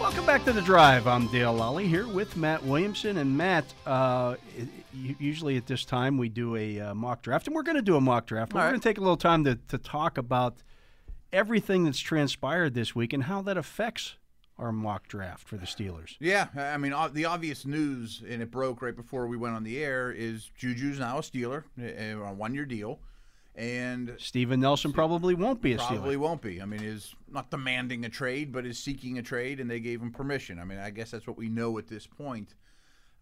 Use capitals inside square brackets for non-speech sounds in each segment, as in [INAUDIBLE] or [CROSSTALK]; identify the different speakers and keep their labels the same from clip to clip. Speaker 1: Welcome back to the drive. I'm Dale Lally here with Matt Williamson. And Matt, uh, u- usually at this time we do a uh, mock draft, and we're going to do a mock draft. But
Speaker 2: All
Speaker 1: we're
Speaker 2: right.
Speaker 1: going to take a little time to, to talk about everything that's transpired this week and how that affects our mock draft for the Steelers.
Speaker 2: Yeah, I I mean o- the obvious news, and it broke right before we went on the air, is Juju's now a Steeler eh, eh, on a one-year deal, and
Speaker 1: Steven Nelson probably won't be a
Speaker 2: probably
Speaker 1: Steeler.
Speaker 2: won't be. I mean, is not demanding a trade, but is seeking a trade, and they gave him permission. I mean, I guess that's what we know at this point.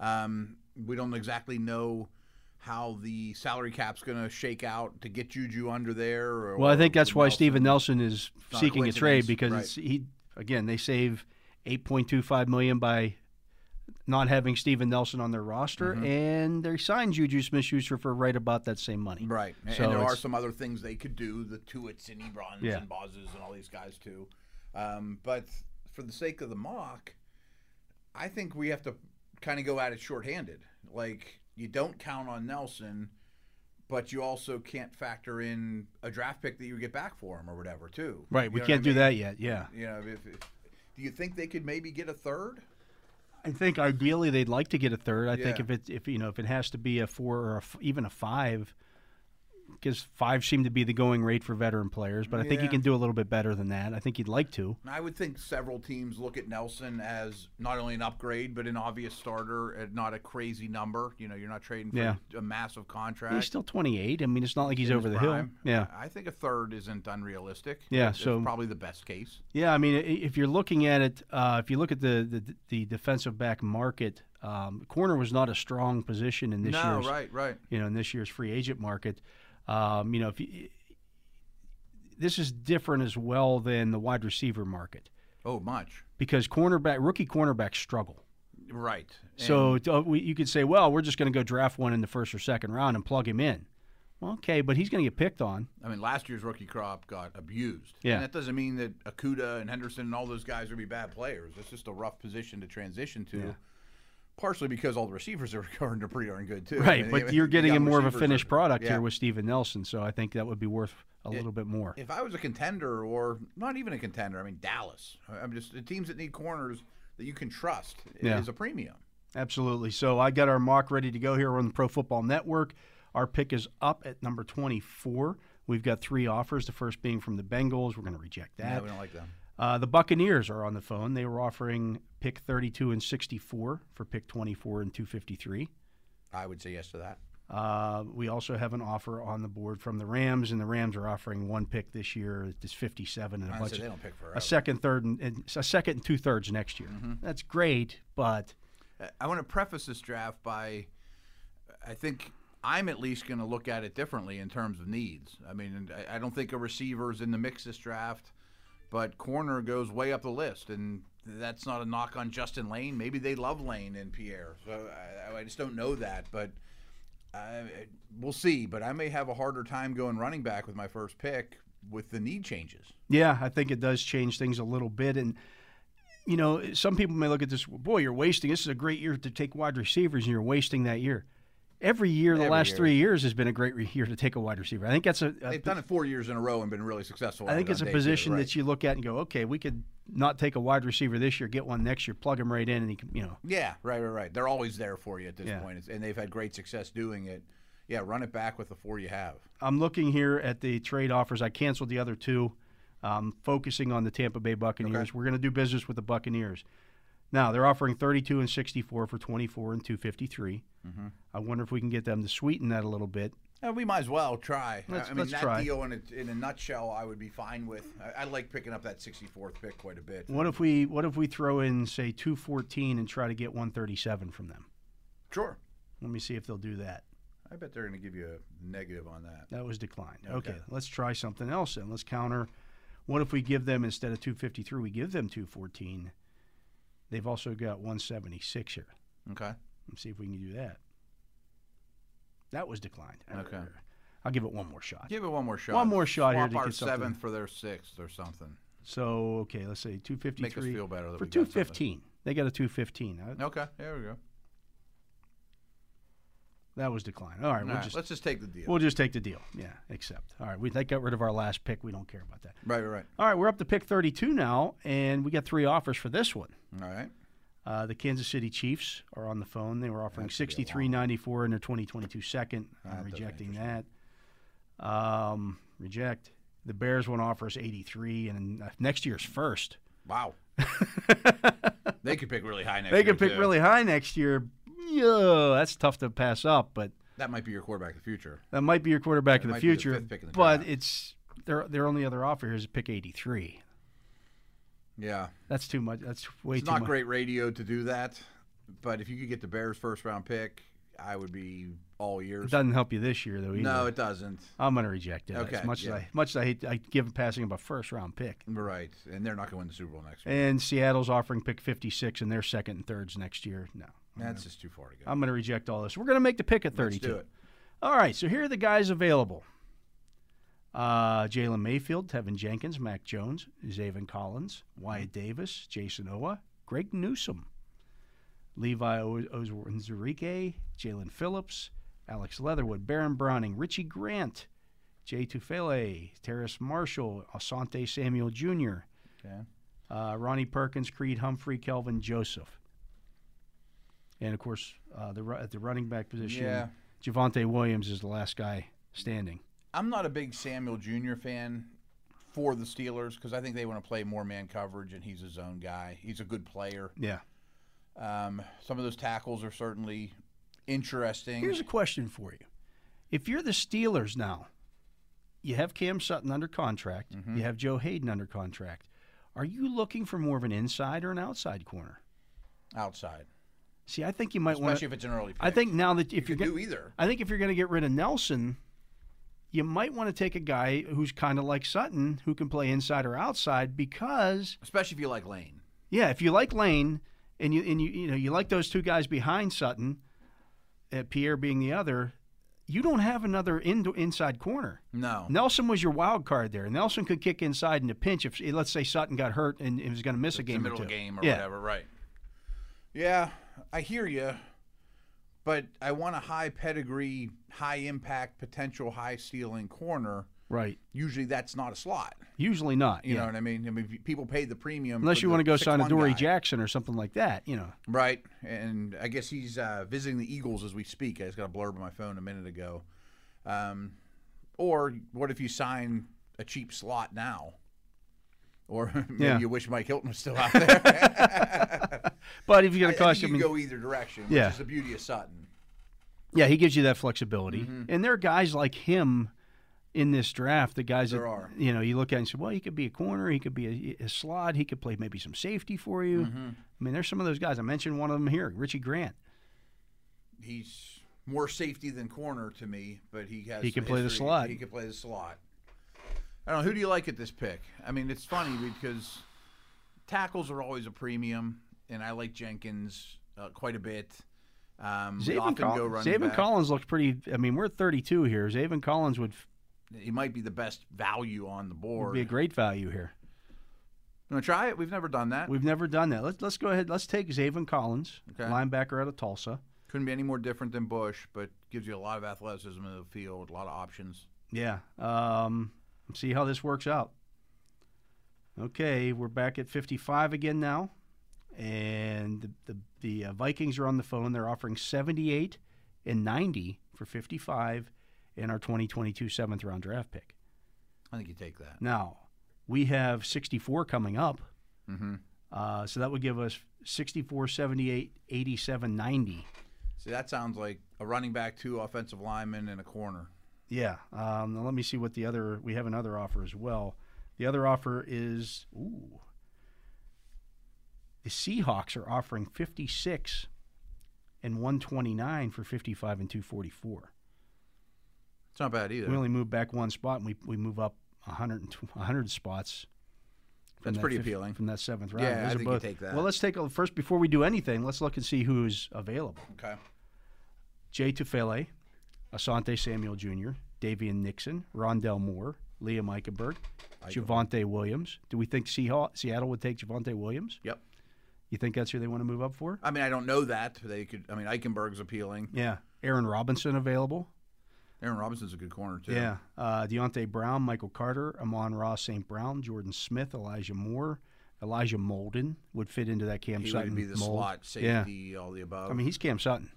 Speaker 2: Um, we don't exactly know how the salary cap's going to shake out to get Juju under there. Or,
Speaker 1: Well, I think
Speaker 2: or
Speaker 1: that's why
Speaker 2: Nelson.
Speaker 1: Steven Nelson is
Speaker 2: not a
Speaker 1: seeking a trade
Speaker 2: coincidence,
Speaker 1: because
Speaker 2: right.
Speaker 1: it's, he again they save 8.25 million by not having Steven Nelson on their roster, and they signed Juju Smith-Schuster for right about that same money.
Speaker 2: Right. And,
Speaker 1: So
Speaker 2: and there are
Speaker 1: it's-
Speaker 2: some other things they could do, the Tuits and Ebrons
Speaker 1: Yeah.
Speaker 2: and Bozes and all these guys too. Um, but for the sake of the mock, I think we have to kind of go at it shorthanded. Like you don't count on Nelson, but you also can't factor in a draft pick that you get back for him or whatever too.
Speaker 1: Right, we can't do that yet. Yeah,
Speaker 2: that. You know, if, if do you think they could maybe get a third?
Speaker 1: I think ideally they'd like to get a third. I think
Speaker 2: Yeah.
Speaker 1: if it if you know if it has to be a four or a f even a five, because five seemed to be the going rate for veteran players. But I think you
Speaker 2: Yeah.
Speaker 1: can do a little bit better than that. I think you'd like to.
Speaker 2: I would think several teams look at Nelson as not only an upgrade, but an obvious starter at not a crazy number. You know, you're not trading for
Speaker 1: Yeah.
Speaker 2: a massive contract.
Speaker 1: He's still 28. I mean, it's not like he's over the hill.
Speaker 2: Prime.
Speaker 1: Yeah.
Speaker 2: I think a third isn't unrealistic.
Speaker 1: Yeah,
Speaker 2: That's
Speaker 1: so-
Speaker 2: probably the best case.
Speaker 1: Yeah, I mean, i- if you're looking at it, uh, if you look at the the, the defensive back market, um, corner was not a strong position in this
Speaker 2: no,
Speaker 1: year's
Speaker 2: right, right.
Speaker 1: you know in this year's free agent market. Um, you know, if you, this is different as well than the wide receiver market
Speaker 2: Oh, much.
Speaker 1: because cornerback rookie cornerbacks struggle.
Speaker 2: Right. And-
Speaker 1: So t- uh, we, you could say, well, we're just going to go draft one in the first or second round and plug him in. Well, okay, but he's going to get picked on.
Speaker 2: [LAUGHS] I mean, last year's rookie crop got abused.
Speaker 1: Yeah.
Speaker 2: And that doesn't mean that Akuda and Henderson and all those guys are going to be bad players. It's just a rough position to transition to, partially because all the receivers are [LAUGHS] going to pretty darn good, too. I
Speaker 1: Right,
Speaker 2: mean,
Speaker 1: but
Speaker 2: they-
Speaker 1: you're
Speaker 2: they
Speaker 1: getting
Speaker 2: got
Speaker 1: him more of a
Speaker 2: receivers that-
Speaker 1: finished product
Speaker 2: Yeah.
Speaker 1: here with Steven Nelson, so I think that would be worth a little bit more.
Speaker 2: If I was a contender, or not even a contender, I mean, Dallas, I- I'm just the teams that need corners that you can trust
Speaker 1: Yeah.
Speaker 2: is a premium.
Speaker 1: Absolutely. So I got our mock ready to go here on the Pro Football Network. Our pick is up at number 24. We've got three offers. The first being from the Bengals. We're going to reject
Speaker 2: Yeah,
Speaker 1: that.
Speaker 2: we don't like them.
Speaker 1: Uh, the Buccaneers are on the phone. They were offering pick 32 and 64 for pick 24 and 253.
Speaker 2: I would say yes to that.
Speaker 1: Uh, we also have an offer on the board from the Rams, and the Rams are offering one pick this year. It's 57 and a bunch
Speaker 2: Honestly,
Speaker 1: of
Speaker 2: they don't pick forever.
Speaker 1: a second, third, and, and a second and two thirds next year.
Speaker 2: Mm-hmm.
Speaker 1: That's great, but
Speaker 2: Uh, I want to preface this draft by I think I'm at least going to look at it differently in terms of needs. I mean, and I, I don't think a receiver's in the mix this draft, but corner goes way up the list, and that's not a knock on Justin Lane. Maybe they love Lane and Pierre. So I, I just don't know that, but uh, we'll see. But I may have a harder time going running back with my first pick with the need changes.
Speaker 1: yeah, I think it does change things a little bit. And you know, some people may look at this, boy, you're wasting. This is a great year to take wide receivers, and you're wasting that year. Every year, the
Speaker 2: Every
Speaker 1: last
Speaker 2: year.
Speaker 1: three years has been a great re- year to take a wide receiver. I think that's a. a-
Speaker 2: They've done it four years in a row and been really successful.
Speaker 1: I think it's a position
Speaker 2: that you.
Speaker 1: that you look at and go, okay, we could not take a wide receiver this year, get one next year, plug him right in, and he, can- you know,
Speaker 2: Yeah, right, right, right. They're always there for you at this
Speaker 1: Yeah.
Speaker 2: point, It's, and they've had great success doing it. Yeah, run it back with the four you have.
Speaker 1: I'm looking here at the trade offers. I canceled the other two. Um, focusing on the Tampa Bay Buccaneers. We're going to do business with the Buccaneers. Now they're offering 32 and 64 for 24 and 253. I wonder if we can get them to sweeten that a little bit
Speaker 2: Uh, we might as well try. I-
Speaker 1: Let's-
Speaker 2: I mean,
Speaker 1: let's
Speaker 2: that
Speaker 1: try.
Speaker 2: deal in a, in a nutshell, I would be fine with. I, I like picking up that 64th pick quite a bit.
Speaker 1: What if we what if we throw in say 214 and try to get 137 from them?
Speaker 2: Sure.
Speaker 1: Let me see if they'll do that.
Speaker 2: I bet they're going to give you a negative on that.
Speaker 1: That was declined. Okay,
Speaker 2: Okay.
Speaker 1: let's try something else then. Let's counter. What if we give them instead of 253, we give them 214? They've also got 176 here.
Speaker 2: Okay.
Speaker 1: Let's see if we can do that. That was declined.
Speaker 2: Okay.
Speaker 1: I'll give it one more shot.
Speaker 2: Give it one more shot.
Speaker 1: One more shot here
Speaker 2: Swap
Speaker 1: to
Speaker 2: our
Speaker 1: get something.
Speaker 2: seventh for their sixth or something.
Speaker 1: So, okay, let's say 253.
Speaker 2: Make us feel better that
Speaker 1: for
Speaker 2: we got something.
Speaker 1: 215. They got a 215. Uh,
Speaker 2: Okay. There we go.
Speaker 1: That was declined. All right,
Speaker 2: All
Speaker 1: we'll
Speaker 2: right,
Speaker 1: just
Speaker 2: let's just take the deal.
Speaker 1: we'll just take the deal. Yeah, accept. All right, we that got rid of our last pick. We don't care about that.
Speaker 2: right, right,
Speaker 1: All right, we're up to pick 32 now, and we got three offers for this one.
Speaker 2: right. All
Speaker 1: [LAUGHS]
Speaker 2: right.
Speaker 1: Uh, the Kansas City Chiefs are on the phone. They were offering sixty three ninety four in their twenty twenty two second.
Speaker 2: Ah,
Speaker 1: I'm rejecting that. Um, reject. The Bears one offers eighty three, and uh, next year's first.
Speaker 2: Wow. they could pick really high next
Speaker 1: They
Speaker 2: year,
Speaker 1: can pick
Speaker 2: too.
Speaker 1: really high next year. Yeah, that's tough to pass up, but
Speaker 2: That might be your quarterback of the future.
Speaker 1: that might be your quarterback of the
Speaker 2: might be the
Speaker 1: future.
Speaker 2: fifth pick in the
Speaker 1: but
Speaker 2: draft.
Speaker 1: it's their their only other offer here is pick eighty three.
Speaker 2: Yeah.
Speaker 1: That's too much. That's way
Speaker 2: It's
Speaker 1: too
Speaker 2: not
Speaker 1: much.
Speaker 2: great radio to do that, but if you could get the Bears first round pick, I would be all
Speaker 1: It
Speaker 2: ears.
Speaker 1: doesn't help you this year though. Either.
Speaker 2: No, it doesn't.
Speaker 1: I'm going to reject it. as
Speaker 2: Okay,
Speaker 1: much
Speaker 2: yeah.
Speaker 1: as I much as I hate, I give passing of a first round pick.
Speaker 2: Right. And they're not going to win the Super Bowl next year.
Speaker 1: And Seattle's offering pick 56 in their second and thirds next year. No.
Speaker 2: That's just too far to go.
Speaker 1: I'm going to reject all this. We're going to make the pick at 32.
Speaker 2: Let's do it.
Speaker 1: All right, so here are the guys available. Uh, Jalen Mayfield, Tevin Jenkins, Mac Jones, Zaven Collins, Wyatt Davis, Jason Owa, Greg Newsom, Levi O- Ozunzurike, Jalen Phillips, Alex Leatherwood, Baron Browning, Richie Grant, Jay Tufele, Terrace Marshall, Asante Samuel Jr.,
Speaker 2: Okay.
Speaker 1: uh, Ronnie Perkins, Creed Humphrey, Kelvin Joseph. And of course, uh, the ru- at the running back position,
Speaker 2: Yeah.
Speaker 1: Javante Williams is the last guy standing.
Speaker 2: I'm not a big Samuel Jr. fan for the Steelers because I think they want to play more man coverage, and he's a zone guy. He's a good player.
Speaker 1: Yeah.
Speaker 2: Um, some of those tackles are certainly interesting.
Speaker 1: Here's a question for you: If you're the Steelers now, you have Cam Sutton under contract,
Speaker 2: Mm-hmm.
Speaker 1: you have Joe Hayden under contract. Are you looking for more of an inside or an outside corner?
Speaker 2: outside,
Speaker 1: See, I think you might want.
Speaker 2: especially if it's an early. Pick.
Speaker 1: I think now that if
Speaker 2: you
Speaker 1: you're
Speaker 2: could
Speaker 1: gonna-
Speaker 2: do either.
Speaker 1: I think if you're going to get rid of Nelson, you might want to take a guy who's kind of like Sutton, who can play inside or outside. Because
Speaker 2: Especially if you like Lane.
Speaker 1: yeah, if you like Lane and you and you you know you like those two guys behind Sutton, uh, Pierre being the other, you don't have another in, inside corner.
Speaker 2: No.
Speaker 1: Nelson was your wild card there. Nelson could kick inside in a pinch if let's say Sutton got hurt and, and was going to miss a
Speaker 2: It's
Speaker 1: game
Speaker 2: the
Speaker 1: or
Speaker 2: middle
Speaker 1: two.
Speaker 2: of the game or
Speaker 1: yeah.
Speaker 2: whatever, right? Yeah, I hear you, but I want a high pedigree, high impact, potential high ceiling corner.
Speaker 1: Right.
Speaker 2: Usually, that's not a slot.
Speaker 1: Usually not.
Speaker 2: You
Speaker 1: yeah.
Speaker 2: know what I mean? I mean, people paid the premium
Speaker 1: Unless
Speaker 2: for
Speaker 1: you
Speaker 2: the
Speaker 1: want to go sign a
Speaker 2: 6'1"
Speaker 1: Dory
Speaker 2: guy.
Speaker 1: Jackson or something like that. You know.
Speaker 2: right? And I guess he's uh, visiting the Eagles as we speak. I just got a blurb on my phone a minute ago. Um, or what if you sign a cheap slot now? Or [LAUGHS] maybe
Speaker 1: Yeah.
Speaker 2: you wish Mike Hilton was still out there. [LAUGHS]
Speaker 1: But if you're going
Speaker 2: I
Speaker 1: to
Speaker 2: think
Speaker 1: cost
Speaker 2: you
Speaker 1: him,
Speaker 2: can go either direction, which
Speaker 1: Yeah.
Speaker 2: is the beauty of Sutton.
Speaker 1: Yeah, he gives you that flexibility.
Speaker 2: Mm-hmm.
Speaker 1: And there are guys like him in this draft, the guys that
Speaker 2: There are.
Speaker 1: you know, you look at and say, well, he could be a corner, he could be a, a slot, he could play maybe some safety for you.
Speaker 2: Mm-hmm.
Speaker 1: I mean, there's some of those guys. I mentioned one of them here, Richie Grant.
Speaker 2: He's more safety than corner to me, but he has
Speaker 1: He can
Speaker 2: some
Speaker 1: play the
Speaker 2: history.
Speaker 1: slot.
Speaker 2: He can play the slot. I don't know who do you like at this pick. I mean, it's funny because tackles are always a premium, and I like Jenkins uh, quite a bit. Um, we often
Speaker 1: Zaven, Col-
Speaker 2: go running
Speaker 1: Zaven
Speaker 2: back.
Speaker 1: Collins looks pretty. I mean, we're at 32 here. Zaven Collins would f-
Speaker 2: He might be the best value on the board.
Speaker 1: be a great value here.
Speaker 2: you want to try it? We've never done that.
Speaker 1: We've never done that. Let's let's go ahead. Let's take Zaven Collins,
Speaker 2: Okay.
Speaker 1: linebacker out of Tulsa.
Speaker 2: Couldn't be any more different than Bush, but gives you a lot of athleticism in the field, a lot of options.
Speaker 1: Yeah. Um, see how this works out. Okay, we're back at 55 again now, and the the, the uh, Vikings are on the phone. They're offering 78 and 90 for 55 in our 2022 seventh round draft pick.
Speaker 2: I think you take that.
Speaker 1: Now we have 64 coming up,
Speaker 2: hmm
Speaker 1: uh, so that would give us 64, 78, 87, 90.
Speaker 2: See, that sounds like a running back, two offensive linemen, and a corner.
Speaker 1: Yeah. Um, now let me see what the other. We have another offer as well. The other offer is ooh. The Seahawks are offering 56 and 129 for 55 and 244.
Speaker 2: It's not bad either.
Speaker 1: We only move back one spot, and we, we move up 100, and tw- 100 spots. from
Speaker 2: That's
Speaker 1: that
Speaker 2: pretty
Speaker 1: fif-
Speaker 2: appealing.
Speaker 1: From that seventh round.
Speaker 2: Yeah, I
Speaker 1: Those are
Speaker 2: think you
Speaker 1: both-
Speaker 2: take that.
Speaker 1: Well, let's take a, first, before we do anything, let's look and see who's available.
Speaker 2: Okay.
Speaker 1: Jay Tufele, Asante Samuel Jr., Davian Nixon, Rondell Moore, Liam Eichenberg, Javante Williams. Do we think Seahaw, Seattle would take Javante Williams?
Speaker 2: Yep.
Speaker 1: You think that's who they want to move up for?
Speaker 2: I mean, I don't know that they could. I mean, Eichenberg's appealing.
Speaker 1: Yeah. Aaron Robinson available.
Speaker 2: Aaron Robinson's a good corner too.
Speaker 1: Yeah. Uh, Deontay Brown, Michael Carter, Amon Ross St. Brown, Jordan Smith, Elijah Moore, Elijah Molden would fit into that Cam
Speaker 2: he
Speaker 1: Sutton
Speaker 2: would be the
Speaker 1: mold.
Speaker 2: slot safety, all the above.
Speaker 1: I mean, he's Cam Sutton.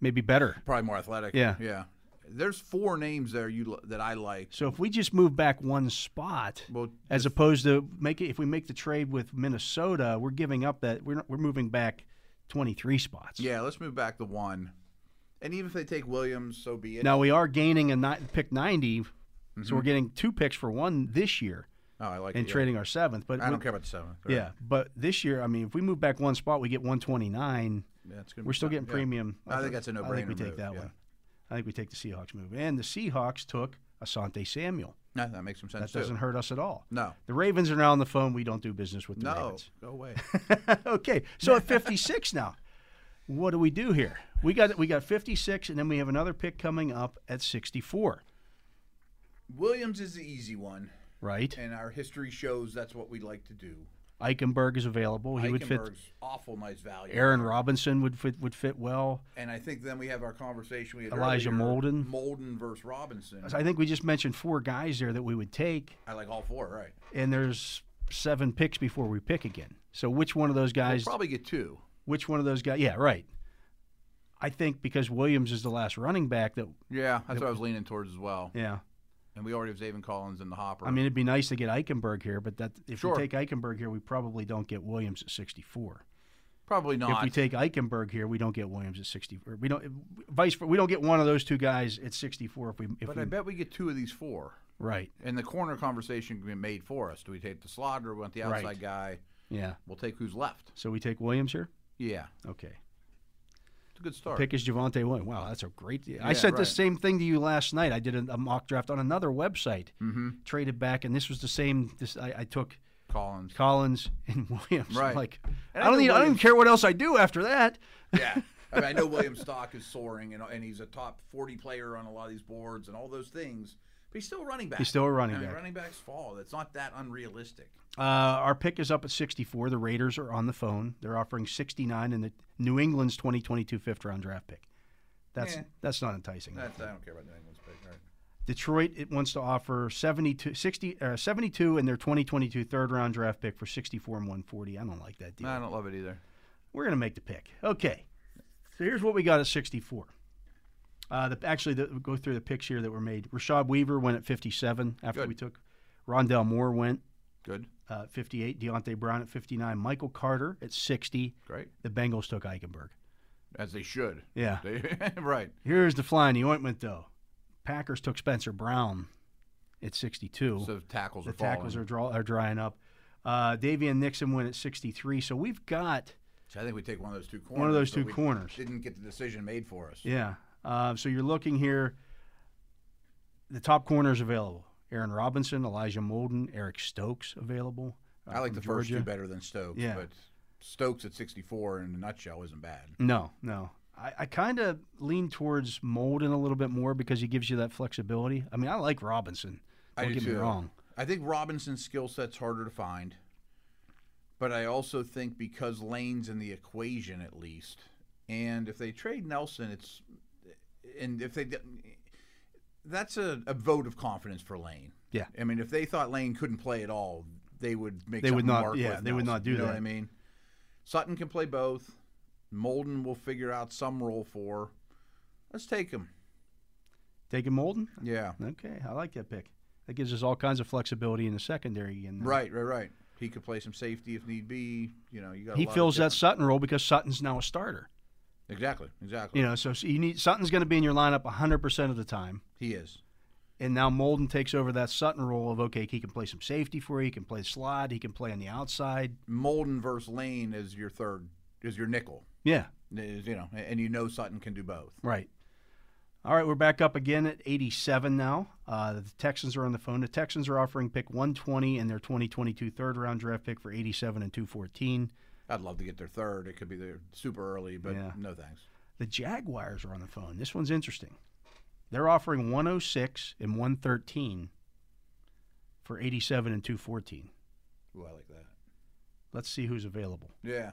Speaker 1: Maybe better.
Speaker 2: probably more athletic.
Speaker 1: Yeah.
Speaker 2: yeah. There's four names there you li- that I like.
Speaker 1: So if we just move back one spot,
Speaker 2: Well,
Speaker 1: as opposed to make it, if we make the trade with Minnesota, we're giving up that we're not, we're moving back twenty three spots.
Speaker 2: yeah, let's move back to one. And even if they take Williams, so be it.
Speaker 1: Now we are gaining a ni- pick 90 so we're getting two picks for one this year
Speaker 2: oh, I like
Speaker 1: and
Speaker 2: it. Mm-hmm. yeah.
Speaker 1: trading our seventh. But
Speaker 2: I
Speaker 1: we-
Speaker 2: don't care about the seventh. Right.
Speaker 1: Yeah, but this year, I mean, if we move back one spot, we get one twenty nine.
Speaker 2: yeah it's gonna
Speaker 1: We're
Speaker 2: be
Speaker 1: still
Speaker 2: fun.
Speaker 1: getting
Speaker 2: Uh, Yeah.
Speaker 1: premium.
Speaker 2: I think that's a
Speaker 1: I think
Speaker 2: no-brainer
Speaker 1: we take
Speaker 2: move,
Speaker 1: that
Speaker 2: yeah.
Speaker 1: one. I think we take the Seahawks move, and the Seahawks took Asante Samuel.
Speaker 2: No, that makes some sense
Speaker 1: That
Speaker 2: too.
Speaker 1: doesn't hurt us at all.
Speaker 2: No,
Speaker 1: The Ravens are now on the phone. We don't do business with the
Speaker 2: no,
Speaker 1: Ravens.
Speaker 2: go away.
Speaker 1: [LAUGHS] okay, so at 56 now, what do we do here? We got we got 56, and then we have another pick coming up at 64,
Speaker 2: Williams is the easy one,
Speaker 1: right?
Speaker 2: and our history shows that's what we like to do.
Speaker 1: Eichenberg is available. He would fit.
Speaker 2: Eichenberg's awful nice value.
Speaker 1: Aaron Robinson would fit would fit well.
Speaker 2: And I think then we have our conversation. We had
Speaker 1: Elijah
Speaker 2: earlier,
Speaker 1: Molden.
Speaker 2: Molden versus Robinson.
Speaker 1: So I think we just mentioned four guys there that we would take,
Speaker 2: I like all four, right?
Speaker 1: and there's seven picks before we pick again. So which one of those
Speaker 2: We'll
Speaker 1: guys?
Speaker 2: probably get two.
Speaker 1: which one of those guys? Yeah, right. I think because Williams is the last running back that.
Speaker 2: Yeah, that's what I was leaning towards as well.
Speaker 1: Yeah,
Speaker 2: And we already have Zayvon Collins in the hopper.
Speaker 1: I mean it'd be nice to get Eichenberg here, but that if
Speaker 2: Sure.
Speaker 1: we take Eichenberg here, we probably don't get Williams at 64.
Speaker 2: probably not.
Speaker 1: If we take Eichenberg here, we don't get Williams at 64. We don't vice versa. We don't get one of those two guys at 64 if we if
Speaker 2: but
Speaker 1: we
Speaker 2: I bet we get two of these four.
Speaker 1: right.
Speaker 2: And the corner conversation can be made for us. Do we take the slot or we want the
Speaker 1: Right.
Speaker 2: outside guy?
Speaker 1: Yeah.
Speaker 2: We'll take who's left.
Speaker 1: So we take Williams here.
Speaker 2: Yeah,
Speaker 1: Okay.
Speaker 2: it's a good start.
Speaker 1: Pick is Javante Williams. Wow, that's a great. I
Speaker 2: Yeah,
Speaker 1: sent the
Speaker 2: right.
Speaker 1: same thing to you last night. I did a, a mock draft on another website. Mm-hmm.
Speaker 2: Mm.
Speaker 1: Traded back, and this was the same. This I, I took
Speaker 2: Collins.
Speaker 1: Collins and [LAUGHS] Williams. I'm
Speaker 2: Right.
Speaker 1: like
Speaker 2: And
Speaker 1: I
Speaker 2: I
Speaker 1: don't
Speaker 2: know
Speaker 1: need. I don't even
Speaker 2: Williams-
Speaker 1: care what else I do after that.
Speaker 2: Yeah. I mean, I know Williams' stock is soaring, and, and he's a top 40 player on a lot of these boards and all those things, but he's still a running back.
Speaker 1: He's still a running
Speaker 2: I mean,
Speaker 1: back.
Speaker 2: running backs fall. That's not that unrealistic.
Speaker 1: Uh, our pick is up at 64. The Raiders are on the phone. They're offering 69 in the New England's 2022 fifth round draft pick. That's
Speaker 2: Yeah.
Speaker 1: that's not enticing.
Speaker 2: That's, I don't care about New England's pick. All right.
Speaker 1: Detroit it wants to offer 72, 60, uh, 72 in their 2022 third round draft pick for 64 and 140. I don't like that deal.
Speaker 2: No, I don't love it either.
Speaker 1: We're gonna make the pick. Okay. So here's what we got at 64. Uh, the, actually, the, we'll go through the picks here that were made. Rashad Weaver went at 57 after
Speaker 2: Good.
Speaker 1: we took. Rondell Moore went
Speaker 2: Good.
Speaker 1: uh, 58. Deontay Brown at 59. Michael Carter at 60.
Speaker 2: Great.
Speaker 1: The Bengals took Eichenberg.
Speaker 2: As they should.
Speaker 1: Yeah.
Speaker 2: [LAUGHS] They, right.
Speaker 1: Here's the fly in the ointment, though. Packers took Spencer Brown at 62.
Speaker 2: So tackles
Speaker 1: the
Speaker 2: are falling.
Speaker 1: tackles are, draw, are drying up. Uh, Davian Nixon went at 63. So we've got,
Speaker 2: So I think we take one of those two corners.
Speaker 1: One of those
Speaker 2: but
Speaker 1: two
Speaker 2: we
Speaker 1: corners.
Speaker 2: Didn't get the decision made for us.
Speaker 1: yeah. Uh, so you're looking here. The top corners available Aaron Robinson, Elijah Molden, Eric Stokes available. uh,
Speaker 2: I like
Speaker 1: from
Speaker 2: the first
Speaker 1: Georgia.
Speaker 2: two better than Stokes,
Speaker 1: Yeah.
Speaker 2: but Stokes at 64 in a nutshell isn't bad.
Speaker 1: No, no. I, I kind of lean towards Molden a little bit more because he gives you that flexibility. I mean, I like Robinson.
Speaker 2: I
Speaker 1: Don't
Speaker 2: do
Speaker 1: get me
Speaker 2: too.
Speaker 1: wrong.
Speaker 2: I think Robinson's skill set's harder to find, but I also think because Lane's in the equation at least, and if they trade Nelson, it's and if they didn't- that's a, a vote of confidence for Lane.
Speaker 1: Yeah.
Speaker 2: I mean, if they thought Lane couldn't play at all, they would make
Speaker 1: They would
Speaker 2: something
Speaker 1: not-
Speaker 2: Work
Speaker 1: yeah,
Speaker 2: with
Speaker 1: they would
Speaker 2: Nelson,
Speaker 1: not do
Speaker 2: you know
Speaker 1: that.
Speaker 2: What I mean, Sutton can play both. Molden will figure out some role for. Let's take him.
Speaker 1: Taking Molden?
Speaker 2: Yeah.
Speaker 1: Okay, I like that pick. That gives us all kinds of flexibility in the secondary. And uh,
Speaker 2: Right, right, right. He could play some safety if need be. You know, you got. a
Speaker 1: he
Speaker 2: lot of
Speaker 1: fills that
Speaker 2: different-
Speaker 1: Sutton role because Sutton's now a starter.
Speaker 2: Exactly, exactly.
Speaker 1: You know, so so you need Sutton's going to be in your lineup 100% of the time.
Speaker 2: He is.
Speaker 1: And now Molden takes over that Sutton role of okay, he can play some safety for you, he can play slot, he can play on the outside.
Speaker 2: Molden versus Lane is your third, is your nickel.
Speaker 1: Yeah,
Speaker 2: Is, you know, and you know Sutton can do both.
Speaker 1: right. All right, we're back up again at 87 now. Uh, the Texans are on the phone. The Texans are offering pick 120 and their 2022 third round draft pick for 87 and 214.
Speaker 2: I'd love to get their third. It could be their super early, but
Speaker 1: Yeah.
Speaker 2: no thanks.
Speaker 1: The Jaguars are on the phone. This one's interesting. They're offering 106 and 113 for 87 and 214.
Speaker 2: Ooh, I like that.
Speaker 1: Let's see who's available.
Speaker 2: Yeah.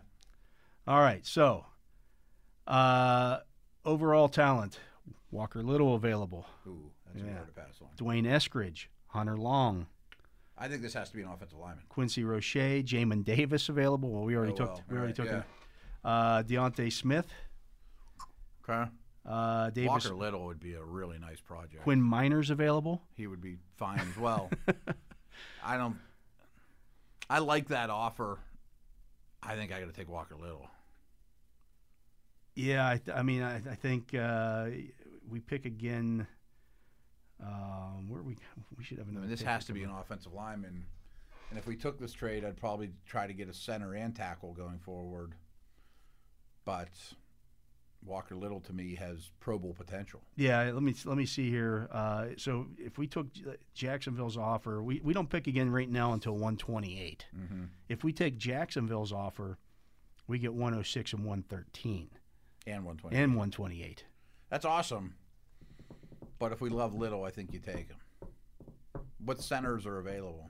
Speaker 1: All right, so uh, overall talent Walker Little available,
Speaker 2: Ooh, that's
Speaker 1: Yeah.
Speaker 2: a hard to pass on.
Speaker 1: Dwayne Eskridge, Hunter Long,
Speaker 2: I think this has to be an offensive lineman.
Speaker 1: Quincy Roche, Jamin Davis available. Well, we already
Speaker 2: Oh,
Speaker 1: took
Speaker 2: well,
Speaker 1: we already
Speaker 2: right,
Speaker 1: took
Speaker 2: yeah.
Speaker 1: him. Uh, Deontay Smith,
Speaker 2: Okay.
Speaker 1: uh, Davis,
Speaker 2: Walker Little would be a really nice project.
Speaker 1: Quinn Miners available.
Speaker 2: He would be fine as
Speaker 1: [LAUGHS]
Speaker 2: well. I don't. I like that offer. I think I got to take Walker Little.
Speaker 1: Yeah, I, th- I mean, I, I think uh, we pick again. Um, where we we should have
Speaker 2: I
Speaker 1: another.
Speaker 2: mean, this
Speaker 1: pick.
Speaker 2: has to be an offensive lineman. And if we took this trade, I'd probably try to get a center and tackle going forward. But Walker Little to me has Pro Bowl potential.
Speaker 1: Yeah, let me let me see here. Uh, so if we took J- Jacksonville's offer, we, we don't pick again right now until 128.
Speaker 2: Mm-hmm.
Speaker 1: If we take Jacksonville's offer, we get 106 and 113
Speaker 2: And 120.
Speaker 1: and 128.
Speaker 2: That's awesome. But if we love Little, I think you take him. What centers are available?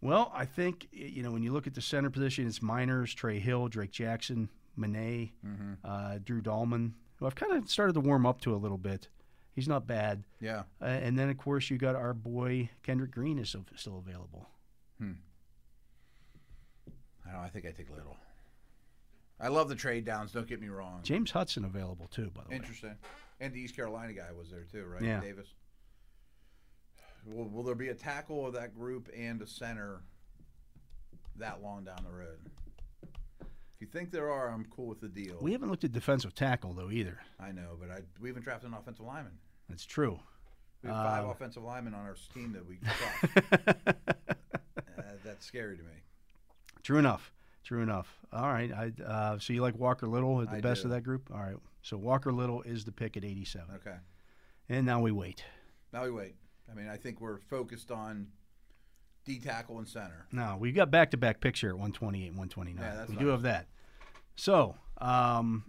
Speaker 1: Well, I think y- you know when you look at the center position, it's Miners, Trey Hill, Drake Jackson, Monet,
Speaker 2: Mm-hmm.
Speaker 1: uh, Drew Dahlman, who I've kind of started to warm up to a little bit. He's not bad.
Speaker 2: Yeah.
Speaker 1: Uh, and then, of course, you got our boy Kendrick Green is av- still available.
Speaker 2: I don't. know, I think I take Little. I love the trade downs. Don't get me wrong.
Speaker 1: James Hudson available too, by the way.
Speaker 2: Interesting. And the East Carolina guy was there too, right?
Speaker 1: Yeah.
Speaker 2: Davis. Will, will there be a tackle of that group and a center that long down the road? If you think there are, I'm cool with the deal.
Speaker 1: We haven't looked at defensive tackle though either.
Speaker 2: I know, but I we haven't drafted an offensive lineman.
Speaker 1: That's
Speaker 2: [LAUGHS]
Speaker 1: true.
Speaker 2: We have five
Speaker 1: Um,
Speaker 2: offensive linemen on our team that
Speaker 1: [LAUGHS]
Speaker 2: we cross. uh, that's scary to me.
Speaker 1: true enough. True enough. All right. I, uh, so you like Walker Little at the
Speaker 2: I
Speaker 1: best
Speaker 2: do.
Speaker 1: of that group? All right. So Walker Little is the pick at 87,
Speaker 2: Okay.
Speaker 1: and now we wait.
Speaker 2: Now we wait. I mean, I think we're focused on D tackle and center.
Speaker 1: No, we've got back-to-back picks here at 128 and 129.
Speaker 2: Yeah, that's
Speaker 1: we do
Speaker 2: nice.
Speaker 1: have that. So, um,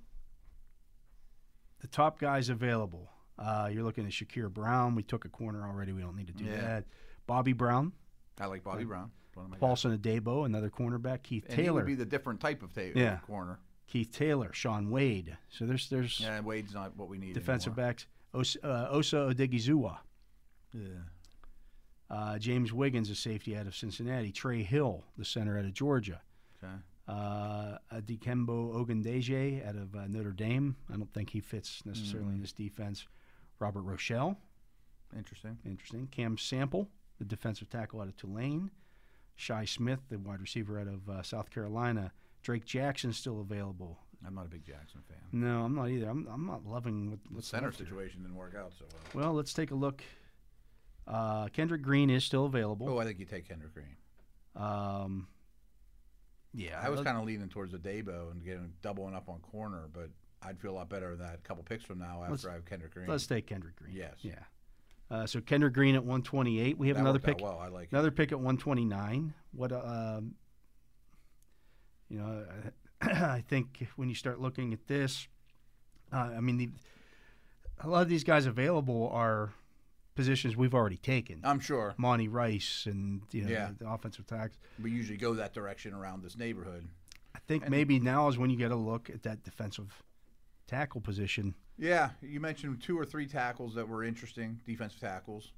Speaker 1: the top guys available. Uh, you're looking at Shakir Brown. We took a corner already. We don't need to do
Speaker 2: Yeah.
Speaker 1: that. Bobby Brown,
Speaker 2: I like Bobby Brown. One of my guys.
Speaker 1: Paulson Adebo, another cornerback. Keith
Speaker 2: And he
Speaker 1: Taylor,
Speaker 2: would be the different type of tape
Speaker 1: Yeah.
Speaker 2: corner.
Speaker 1: Keith Taylor, Sean Wade. So there's there's
Speaker 2: Yeah, Wade's not what we need.
Speaker 1: defensive
Speaker 2: anymore.
Speaker 1: backs. Osa, uh, Osa Odigizua,
Speaker 2: Yeah.
Speaker 1: uh, James Wiggins, a safety out of Cincinnati. Trey Hill, the center out of Georgia.
Speaker 2: Okay.
Speaker 1: Uh, Dikembo Ogundeje out of uh, Notre Dame. I don't think he fits necessarily
Speaker 2: Mm.
Speaker 1: in this defense. Robert Rochelle,
Speaker 2: Interesting.
Speaker 1: interesting. Cam Sample, the defensive tackle out of Tulane. Shai Smith, the wide receiver out of uh, South Carolina. Drake Jackson still available.
Speaker 2: I'm not a big Jackson fan.
Speaker 1: No, I'm not either. I'm, I'm not loving what,
Speaker 2: The
Speaker 1: what's
Speaker 2: center
Speaker 1: left here.
Speaker 2: situation didn't work out so well.
Speaker 1: Well, let's take a look. Uh, Kendrick Green is still available.
Speaker 2: Oh, I think you take Kendrick Green.
Speaker 1: Um, yeah,
Speaker 2: I was
Speaker 1: let-
Speaker 2: kind of leaning towards the Debo and getting doubling up on corner, but I'd feel a lot better than that a couple picks from now after
Speaker 1: Let's-
Speaker 2: I have Kendrick Green.
Speaker 1: Let's take Kendrick Green.
Speaker 2: Yes.
Speaker 1: Yeah. Uh, so Kendrick Green at 128. We have
Speaker 2: That
Speaker 1: another
Speaker 2: worked out
Speaker 1: pick.
Speaker 2: Well, I like. it.
Speaker 1: Another pick at 129. What, uh, um, you know, I, [CLEARS THROAT] I think when you start looking at this, uh, I mean, the, a lot of these guys available are positions we've already taken.
Speaker 2: I'm sure
Speaker 1: Monty Rice and you know
Speaker 2: Uh, Yeah.
Speaker 1: the offensive tax.
Speaker 2: we usually go that direction around this neighborhood.
Speaker 1: I think
Speaker 2: And-
Speaker 1: maybe now is when you get a look at that defensive tackle position.
Speaker 2: Yeah, you mentioned two or three tackles that were interesting defensive tackles.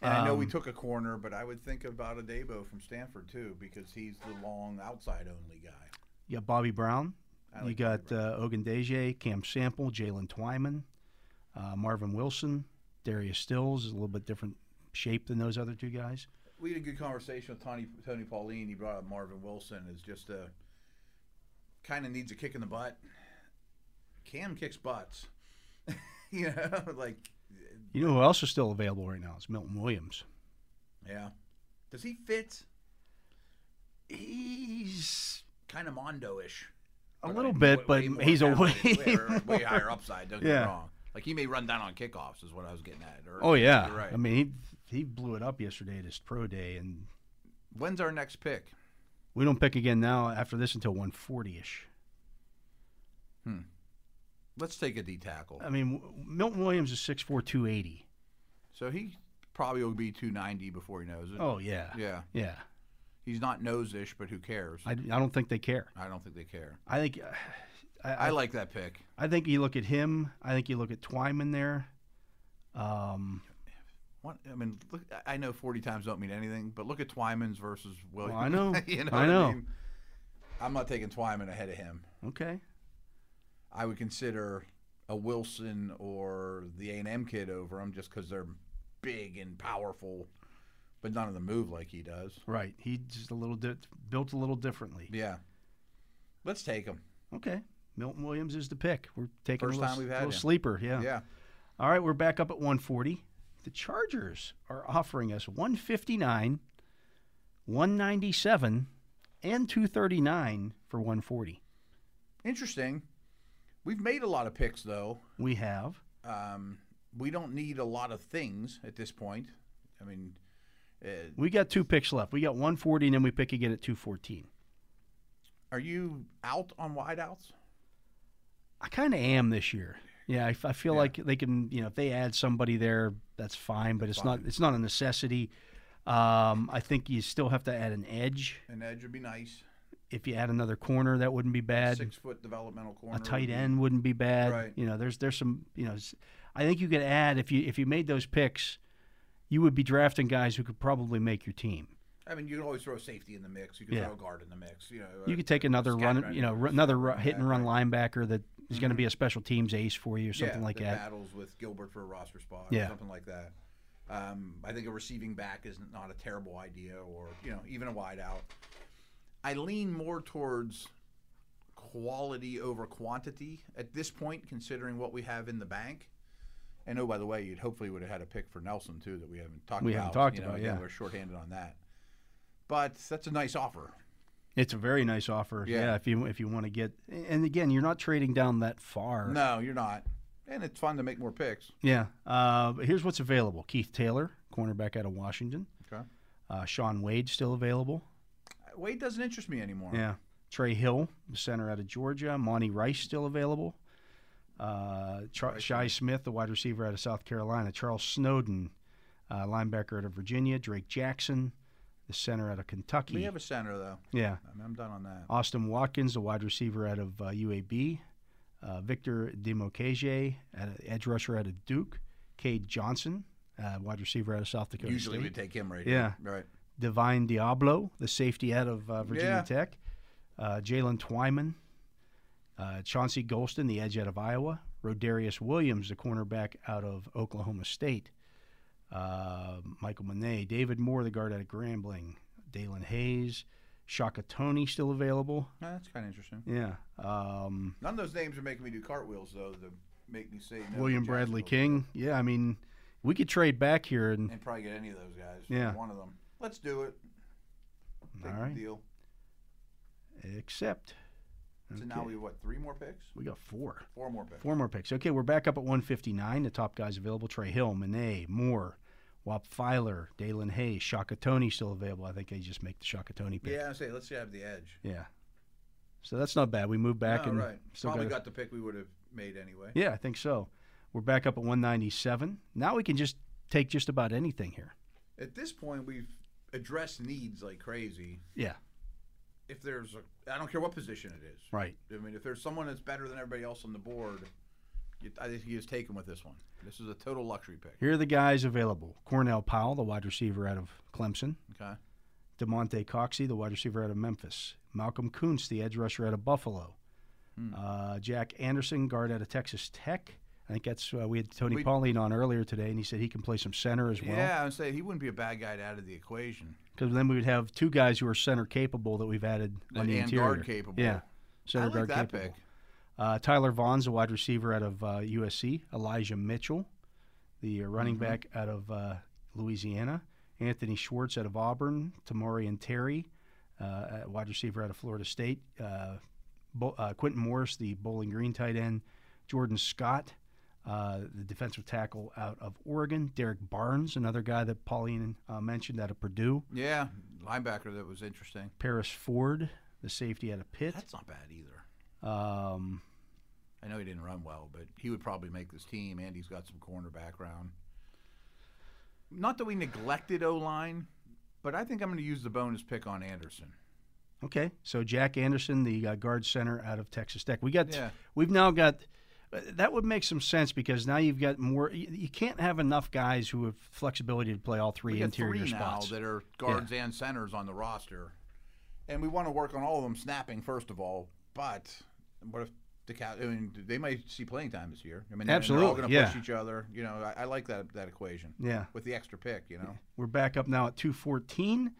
Speaker 2: And I know we
Speaker 1: Um,
Speaker 2: took a corner, but I would think about a Debo from Stanford too because he's the long outside only guy.
Speaker 1: You got Bobby Brown.
Speaker 2: I
Speaker 1: you
Speaker 2: like Bobby
Speaker 1: got uh, Ogundeje, Cam Sample, Jalen Twyman, uh, Marvin Wilson, Darius Stills is a little bit different shape than those other two guys.
Speaker 2: We had a good conversation with Tony Tony Pauline. He brought up Marvin Wilson as just a kind of needs a kick in the butt. Cam kicks butts, [LAUGHS] you know, [LAUGHS] like
Speaker 1: You know who else is still available right now? It's Milton Williams.
Speaker 2: Yeah. Does he fit? He's kind of Mondo-ish.
Speaker 1: A
Speaker 2: But
Speaker 1: little
Speaker 2: like
Speaker 1: bit,
Speaker 2: way-
Speaker 1: but
Speaker 2: way more
Speaker 1: he's a way.
Speaker 2: talented, way, way higher upside. Don't get
Speaker 1: Yeah.
Speaker 2: me wrong. Like he may run down on kickoffs, is what I was getting at.
Speaker 1: [LAUGHS]
Speaker 2: Or,
Speaker 1: Oh yeah.
Speaker 2: You're right.
Speaker 1: I mean, he he blew it up yesterday at his pro day, and
Speaker 2: When's our next pick?
Speaker 1: we don't pick again now after this until 140 ish.
Speaker 2: Let's take a D tackle.
Speaker 1: I mean, w- Milton Williams is 6'4", 280.
Speaker 2: So he probably will be 290 before he knows it.
Speaker 1: Oh yeah.
Speaker 2: Yeah.
Speaker 1: Yeah.
Speaker 2: He's not nose-ish, but who cares?
Speaker 1: I, I don't think they care.
Speaker 2: I don't think they care.
Speaker 1: I think [SIGHS] I,
Speaker 2: I
Speaker 1: I,
Speaker 2: like that pick.
Speaker 1: I think you look at him. I think you look at Twyman there. Um,
Speaker 2: What, I mean, look, I know 40 times don't mean anything, but look at Twyman's versus Williams.
Speaker 1: I know.
Speaker 2: [LAUGHS] you know
Speaker 1: I
Speaker 2: what
Speaker 1: know.
Speaker 2: I mean? I'm not taking Twyman ahead of him.
Speaker 1: okay.
Speaker 2: I would consider a Wilson or the A&M kid over him just because they're big and powerful, but none of them move like he does.
Speaker 1: Right. He just a little di- built a little differently.
Speaker 2: Yeah. Let's take him.
Speaker 1: Okay. Milton Williams is the pick. We're taking
Speaker 2: First
Speaker 1: a little,
Speaker 2: time we've had
Speaker 1: little
Speaker 2: him.
Speaker 1: sleeper. Yeah.
Speaker 2: Yeah.
Speaker 1: All right. We're back up at 140. The Chargers are offering us 159, 197, and 239 for 140.
Speaker 2: Interesting. We've made a lot of picks, though.
Speaker 1: We have.
Speaker 2: Um, we don't need a lot of things at this point. I mean, uh,
Speaker 1: We got two picks left. We got 140, and then we pick again at 214.
Speaker 2: are you out on wideouts?
Speaker 1: I kind of am this year. Yeah, I, f- I feel like they can. You know, if they add somebody there, that's fine. But it's not. It's not a necessity. Um, I think you still have to add an edge.
Speaker 2: An edge would be nice.
Speaker 1: If you add another corner, that wouldn't be bad.
Speaker 2: Six foot developmental corner.
Speaker 1: a
Speaker 2: would
Speaker 1: tight
Speaker 2: be-
Speaker 1: end wouldn't be bad.
Speaker 2: Right.
Speaker 1: You know, there's there's some. You know, s- I think you could add if you if you made those picks, you would be drafting guys who could probably make your team.
Speaker 2: I mean, you can always throw safety in the mix. You can
Speaker 1: Yeah.
Speaker 2: throw a guard in the mix. You know,
Speaker 1: You could take another
Speaker 2: scat
Speaker 1: run.
Speaker 2: running
Speaker 1: You know,
Speaker 2: backs,
Speaker 1: r- another
Speaker 2: scat
Speaker 1: ru- hit and run
Speaker 2: running
Speaker 1: linebacker that is going to be a special teams ace for you, or
Speaker 2: Mm-hmm. yeah,
Speaker 1: something like that.
Speaker 2: Battles with Gilbert for a roster spot.
Speaker 1: Yeah.
Speaker 2: or something like that. Um, I think a receiving back is not a terrible idea, or you know, even a wide out. I lean more towards quality over quantity at this point, considering what we have in the bank. And oh, by the way, you'd hopefully would have had a pick for Nelson too that we haven't talked
Speaker 1: We
Speaker 2: about.
Speaker 1: haven't talked
Speaker 2: you know,
Speaker 1: about,
Speaker 2: again,
Speaker 1: yeah.
Speaker 2: we're shorthanded on that. But that's a nice offer.
Speaker 1: It's a very nice offer. Yeah.
Speaker 2: Yeah.
Speaker 1: if you if you want to get, and again, you're not trading down that far.
Speaker 2: No, you're not, and it's fun to make more picks.
Speaker 1: Yeah. Uh, but here's what's available: Keith Taylor, cornerback out of Washington.
Speaker 2: Okay.
Speaker 1: Uh, Sean Wade still available.
Speaker 2: Wade doesn't interest me anymore.
Speaker 1: Yeah. Trey Hill, the center out of Georgia. Monty Rice still available. Uh, Char- Shai Smith, the wide receiver out of South Carolina. Charles Snowden, uh, linebacker out of Virginia. Drake Jackson, the center out of Kentucky.
Speaker 2: We have a center though.
Speaker 1: yeah.
Speaker 2: I'm, I'm done on that.
Speaker 1: Austin Watkins, the wide receiver out of uh, UAB, uh, Victor Demokage, edge rusher out of Duke, Cade Johnson, uh, wide receiver out of South Dakota
Speaker 2: Usually we
Speaker 1: State,
Speaker 2: take him right.
Speaker 1: Yeah.
Speaker 2: here. Right.
Speaker 1: Divine Diablo, the safety out of uh, Virginia
Speaker 2: Yeah.
Speaker 1: Tech, uh, Jalen Twyman, uh, Chauncey Golston, the edge out of Iowa, Rodarius Williams, the cornerback out of Oklahoma State, uh, Michael Monet, David Moore, the guard out of Grambling, Dalen Hayes, Shaka Tony still available.
Speaker 2: No, that's kind of interesting.
Speaker 1: Yeah. Um,
Speaker 2: None of those names are making me do cartwheels though. To make me say no to
Speaker 1: William Bradley
Speaker 2: Jacksonville.
Speaker 1: King. Yeah, I mean, we could trade back here, and
Speaker 2: And probably get any of those guys.
Speaker 1: Yeah.
Speaker 2: One of them. Let's do it. Take
Speaker 1: All right.
Speaker 2: the deal.
Speaker 1: except
Speaker 2: So now we have, what? Three more picks?
Speaker 1: we got four,
Speaker 2: Four more picks.
Speaker 1: four more picks. Okay, we're back up at 159. The top guys available: Trey Hill, Monet, Moore, Wap Filer, Dalen Hayes, Shaka Tony still available. I think they just make the Shaka Tony pick.
Speaker 2: Yeah, I say let's have the edge.
Speaker 1: Yeah. So that's not bad. We moved back
Speaker 2: All
Speaker 1: and
Speaker 2: right.
Speaker 1: still
Speaker 2: Probably
Speaker 1: got a-
Speaker 2: got the pick we would have made anyway.
Speaker 1: yeah, I think so. We're back up at 197. Now we can just take just about anything here.
Speaker 2: At this point, we've addressed needs like crazy.
Speaker 1: Yeah.
Speaker 2: If there's a, I don't care what position it is.
Speaker 1: Right.
Speaker 2: I mean, if there's someone that's better than everybody else on the board, you, I think you just take him with this one. This is a total luxury pick.
Speaker 1: Here are the guys available: Cornell Powell, the wide receiver out of Clemson.
Speaker 2: Okay.
Speaker 1: DeMonte Coxey, the wide receiver out of Memphis. Malcolm Kuntz, the edge rusher out of Buffalo.
Speaker 2: Hmm.
Speaker 1: Uh, Jack Anderson, guard out of Texas Tech. I think that's uh, we had Tony
Speaker 2: We-
Speaker 1: Pauline on earlier today, and he said he can play some center as well.
Speaker 2: Yeah, I would say he wouldn't be a bad guy to add to the equation.
Speaker 1: Because then we would have two guys who are center capable that we've added on
Speaker 2: And
Speaker 1: the interior.
Speaker 2: guard capable.
Speaker 1: Yeah,
Speaker 2: I
Speaker 1: center
Speaker 2: like
Speaker 1: guard
Speaker 2: that
Speaker 1: capable.
Speaker 2: pick.
Speaker 1: Uh, Tyler Vaughn's a wide receiver out of uh, USC. Elijah Mitchell, the uh, running back out of uh, Louisiana, Anthony Schwartz out of Auburn, Tamari and Terry, uh, at wide receiver out of Florida State, uh, Bo- uh, Quentin Morris, the Bowling Green tight end, Jordan Scott, uh, the defensive tackle out of Oregon, Derek Barnes, another guy that Pauline uh, mentioned out of Purdue,
Speaker 2: Yeah, linebacker that was interesting.
Speaker 1: Paris Ford, the safety out of Pitt.
Speaker 2: That's not bad either.
Speaker 1: Um,
Speaker 2: I know he didn't run well, but he would probably make this team, and he's got some corner background. Not that we neglected O line, but I think I'm going to use the bonus pick on Anderson.
Speaker 1: Okay, so Jack Anderson, the uh, guard center out of Texas Tech. We got,
Speaker 2: Yeah.
Speaker 1: we've now got. uh, That would make some sense because now you've got more. You, you can't have enough guys who have flexibility to play all three
Speaker 2: We got
Speaker 1: interior
Speaker 2: three
Speaker 1: spots.
Speaker 2: now that are guards and centers on the roster, and we want to work on all of them snapping first of all. But what if the Cow- I mean, they might see playing time this year. I mean, they're- they're all
Speaker 1: Absolutely,
Speaker 2: going to
Speaker 1: yeah.
Speaker 2: push each other. You know, I, I like that that equation
Speaker 1: yeah,
Speaker 2: with the extra pick. You know,
Speaker 1: we're back up now at two fourteen,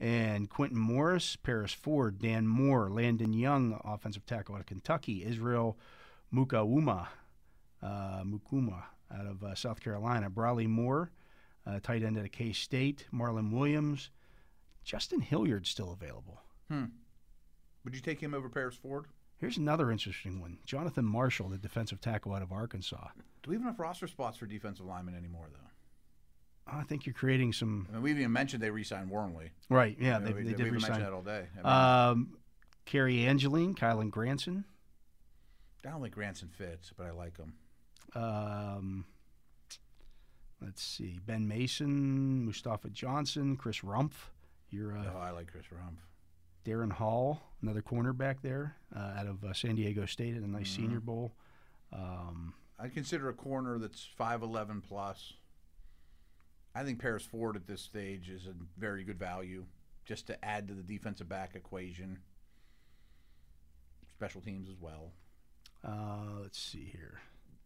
Speaker 1: and Quentin Morris, Paris Ford, Dan Moore, Landon Young, offensive tackle out of Kentucky, Israel Mukawuma, uh, Mukuma out of uh, South Carolina, Brawley Moore, uh, tight end out of K State, Marlon Williams, Justin Hilliard still available.
Speaker 2: would you take him over Paris Ford?
Speaker 1: Here's another interesting one. Jonathan Marshall, the defensive tackle out of Arkansas.
Speaker 2: Do we have enough roster spots for defensive linemen anymore, though?
Speaker 1: Oh, I think you're creating some.
Speaker 2: I mean, we even mentioned they re-signed Wormley.
Speaker 1: Right, yeah,
Speaker 2: You know,
Speaker 1: they,
Speaker 2: we,
Speaker 1: they
Speaker 2: we
Speaker 1: did
Speaker 2: even mentioned
Speaker 1: resign.
Speaker 2: that all day. I, mean,
Speaker 1: Um, Carrie Angeline, Kylan Granson.
Speaker 2: I don't think Granson fits, but I like him.
Speaker 1: Um, let's see, Ben Mason, Mustafa Johnson, Chris Rumpf. Your uh,
Speaker 2: oh, I like Chris Rumpf.
Speaker 1: Darren Hall, another cornerback there uh, out of uh, San Diego State at a
Speaker 2: Mm-hmm.
Speaker 1: nice Senior Bowl. Um,
Speaker 2: I consider a corner that's 5'11 plus. I think Paris Ford at this stage is a very good value just to add to the defensive back equation. Special teams as well.
Speaker 1: uh, let's see here.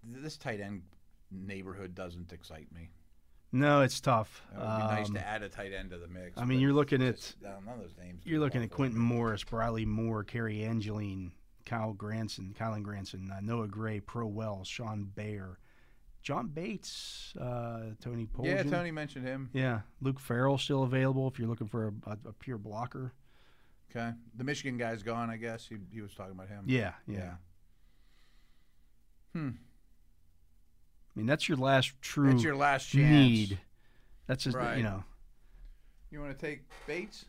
Speaker 2: Th- This tight end neighborhood doesn't excite me.
Speaker 1: No, it's tough.
Speaker 2: It would be nice
Speaker 1: Um,
Speaker 2: to add a tight end to the mix.
Speaker 1: I mean,
Speaker 2: but
Speaker 1: you're looking at
Speaker 2: just- I don't know those names.
Speaker 1: You're looking at
Speaker 2: Awful.
Speaker 1: Quentin Morris, Briley Moore, Kerry Angeline, Kyle Granson, Kylan Granson, uh, Noah Gray, Pro Wells, Sean Bayer, John Bates, uh, Tony Poljan.
Speaker 2: Yeah, Tony mentioned him.
Speaker 1: Yeah, Luke Farrell still available if you're looking for a, a, a pure blocker.
Speaker 2: Okay. The Michigan guy's gone, I guess. He, he was talking about him.
Speaker 1: Yeah, yeah,
Speaker 2: Yeah.
Speaker 1: I mean, that's your last true
Speaker 2: It's your last chance.
Speaker 1: need. That's just
Speaker 2: Right.
Speaker 1: you know.
Speaker 2: You want to take Bates?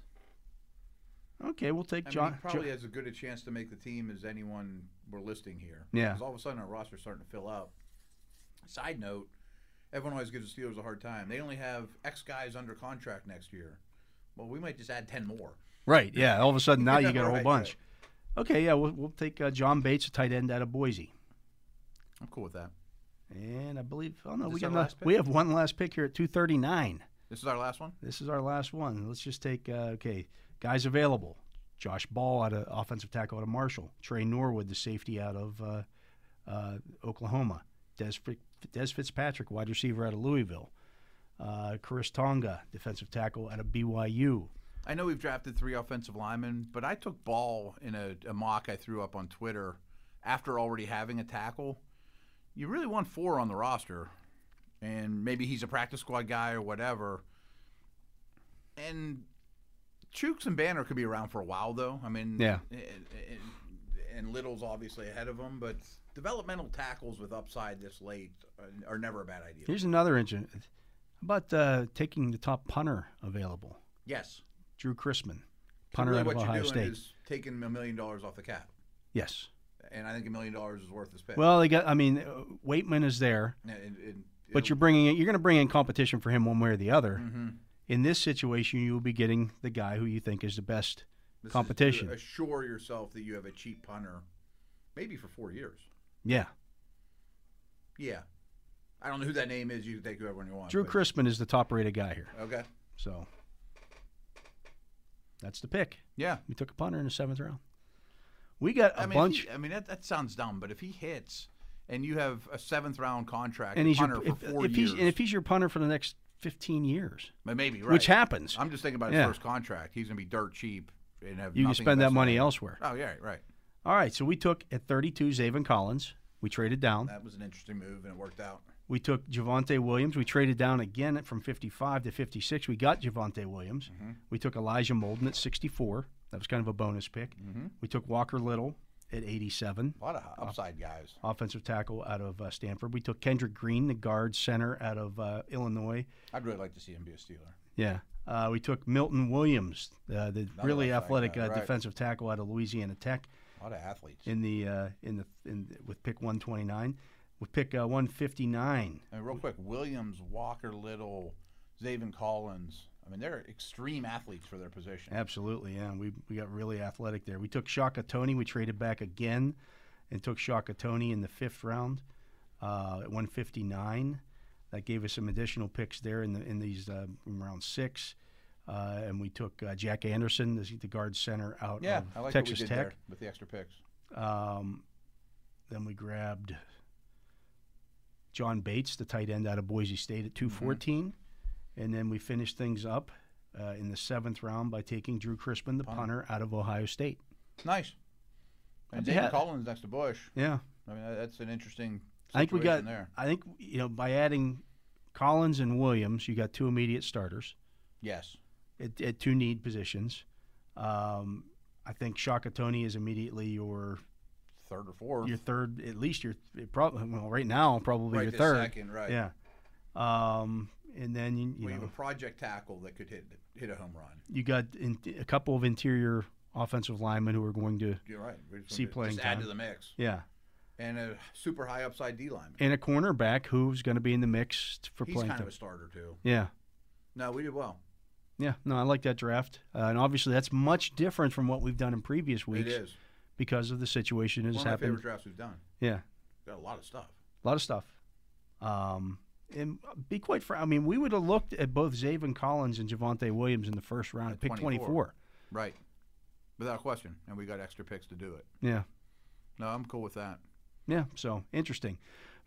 Speaker 1: Okay, we'll take
Speaker 2: I
Speaker 1: John.
Speaker 2: mean, he probably has as good a chance to make the team as anyone we're listing here.
Speaker 1: Yeah.
Speaker 2: 'Cause all of a sudden our roster's starting to fill up. Side note, everyone always gives the Steelers a hard time. They only have X guys under contract next year. Well, we might just add 10 more.
Speaker 1: right. Yeah. All of a
Speaker 2: [LAUGHS]
Speaker 1: sudden now you
Speaker 2: Yeah,
Speaker 1: got a whole
Speaker 2: right,
Speaker 1: bunch. Okay. Yeah, we'll, we'll take uh, John Bates, a tight end out of Boise.
Speaker 2: I'm cool with that.
Speaker 1: And I believe, oh no,
Speaker 2: Is
Speaker 1: we
Speaker 2: this
Speaker 1: got
Speaker 2: our
Speaker 1: another,
Speaker 2: last pick?
Speaker 1: we have one last pick here at two thirty nine.
Speaker 2: This is our last one?
Speaker 1: This is our last one. Let's just take uh, okay guys available. Josh Ball out of offensive tackle out of Marshall. Trey Norwood, the safety out of uh, uh, Oklahoma. Des, Fi- Des Fitzpatrick, wide receiver out of Louisville. Uh, Chris Tonga, defensive tackle out of BYU.
Speaker 2: I know we've drafted three offensive linemen, but I took Ball in a, a mock I threw up on Twitter after already having a tackle. You really want four on the roster, and maybe he's a practice squad guy or whatever. And Chooks and Banner could be around for a while, though. I mean,
Speaker 1: Yeah.
Speaker 2: and, and- and Little's obviously ahead of him, but developmental tackles with upside this late are- are never a bad idea.
Speaker 1: Here's another engine. How about uh, taking the top punter available?
Speaker 2: yes,
Speaker 1: Drew Chrisman, punter out
Speaker 2: really
Speaker 1: of
Speaker 2: what you're
Speaker 1: Ohio
Speaker 2: doing
Speaker 1: State.
Speaker 2: is taking a million dollars off the cap.
Speaker 1: yes.
Speaker 2: and I think a million dollars is worth this pick.
Speaker 1: Well, they got. I mean, uh, Waitman is there,
Speaker 2: And- and- and
Speaker 1: but
Speaker 2: it'll- Mm-hmm.
Speaker 1: you're bringing in, you're going to bring in competition for him one way or the other. In this situation, you will be getting the guy who you think is the best
Speaker 2: this is to
Speaker 1: competition.
Speaker 2: assure yourself that you have a cheap punter, maybe for four years.
Speaker 1: yeah,
Speaker 2: Yeah, I don't know who that name is. You can take whoever you want.
Speaker 1: Drew
Speaker 2: but-
Speaker 1: Crispin is the top rated guy here,
Speaker 2: Okay.
Speaker 1: so that's the pick.
Speaker 2: Yeah.
Speaker 1: We took a punter in the seventh round. We got a
Speaker 2: I mean, if
Speaker 1: bunch,
Speaker 2: he- I mean that, that sounds dumb, but if he hits and you have a seventh round contract
Speaker 1: and he's
Speaker 2: punter
Speaker 1: your,
Speaker 2: for
Speaker 1: if,
Speaker 2: four
Speaker 1: if
Speaker 2: years,
Speaker 1: he's and if he's your punter for the next fifteen years,
Speaker 2: but maybe right.
Speaker 1: which happens,
Speaker 2: I'm just thinking about his
Speaker 1: Yeah.
Speaker 2: first contract. He's gonna be dirt cheap and have
Speaker 1: you can
Speaker 2: nothing
Speaker 1: spend that
Speaker 2: invested
Speaker 1: money
Speaker 2: in him.
Speaker 1: elsewhere.
Speaker 2: Oh yeah, right.
Speaker 1: All right, so we took at 32 Zaven Collins. We traded down.
Speaker 2: That was an interesting move and it worked out.
Speaker 1: We took Javante Williams. We traded down again from 55 to 56. We got Javante Williams. We took Elijah Molden at 64. That was kind of a bonus pick. We took Walker Little at 87,
Speaker 2: A lot of upside guys.
Speaker 1: offensive tackle out of uh, Stanford. We took Kendrick Green, the guard center out of uh, Illinois.
Speaker 2: I'd really like to see him be a Steeler.
Speaker 1: Yeah. Uh, we took Milton Williams, uh, the really
Speaker 2: left
Speaker 1: athletic
Speaker 2: guy,
Speaker 1: uh,
Speaker 2: right.
Speaker 1: defensive tackle out of Louisiana Tech
Speaker 2: A lot of athletes.
Speaker 1: in the uh, in the in, with pick 129. With pick uh, 159,
Speaker 2: I mean, real quick, Williams, Walker, Little, Zaven Collins. I mean, they're extreme athletes for their position.
Speaker 1: absolutely, yeah. We, we got really athletic there. We took Shaka Tony. We traded back again and took Shaka Tony in the fifth round uh, at 159. That gave us some additional picks there in the in these uh, in round six. Uh, and we took uh, Jack Anderson, the, the guard center out
Speaker 2: Yeah,
Speaker 1: of
Speaker 2: I like
Speaker 1: Texas
Speaker 2: what we did
Speaker 1: Tech.
Speaker 2: there with the extra picks.
Speaker 1: Um, then we grabbed John Bates, the tight end out of Boise State,
Speaker 2: Mm-hmm.
Speaker 1: at 214. And then we finished things up uh, in the seventh round by taking Drew Crispin, the punter out of Ohio State.
Speaker 2: Nice. And
Speaker 1: They
Speaker 2: Zaven
Speaker 1: had-
Speaker 2: Collins next to Bush.
Speaker 1: Yeah.
Speaker 2: I mean, that's an interesting situation
Speaker 1: I think we got,
Speaker 2: there.
Speaker 1: I think, you know, by adding Collins and Williams, you got two immediate starters
Speaker 2: Yes.
Speaker 1: at, at two need positions. Um, I think Shaka Tony is immediately your
Speaker 2: Third or fourth.
Speaker 1: your third, at least your probably well right now probably
Speaker 2: right
Speaker 1: your
Speaker 2: this
Speaker 1: third.
Speaker 2: second, right.
Speaker 1: Yeah. Um, and then you, you
Speaker 2: We have
Speaker 1: know
Speaker 2: a project tackle that could hit hit a home run.
Speaker 1: you got in, a couple of interior offensive linemen who are going to
Speaker 2: You're right. We're just
Speaker 1: See
Speaker 2: gonna
Speaker 1: playing
Speaker 2: just add
Speaker 1: time.
Speaker 2: to the mix.
Speaker 1: yeah,
Speaker 2: And a super high upside D lineman.
Speaker 1: and a cornerback who's going to be in the mix t- for
Speaker 2: He's
Speaker 1: playing
Speaker 2: kind
Speaker 1: time.
Speaker 2: of a starter too.
Speaker 1: yeah,
Speaker 2: No, we did well.
Speaker 1: yeah. No, I like that draft, uh, and obviously that's much different from what we've done in previous weeks
Speaker 2: It is
Speaker 1: because of the situation that
Speaker 2: one
Speaker 1: has
Speaker 2: of my
Speaker 1: happened.
Speaker 2: favorite drafts we've done.
Speaker 1: Yeah,
Speaker 2: Got a lot of stuff.
Speaker 1: a lot of stuff. Um, and be quite frank, I mean, we would have looked at both Zaven Collins and Javante Williams in the first round at pick
Speaker 2: 24.
Speaker 1: 24.
Speaker 2: Right. Without question. And we got extra picks to do it.
Speaker 1: Yeah.
Speaker 2: No, I'm cool with that.
Speaker 1: Yeah, so interesting.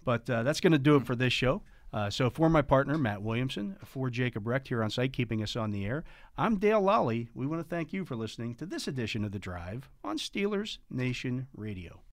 Speaker 1: But uh, that's going to do it for this show. Uh, so, for my partner, Matt Williamson, for Jacob Recht here on site, keeping us on the air, I'm Dale Lally. We want to thank you for listening to this edition of The Drive on Steelers Nation Radio.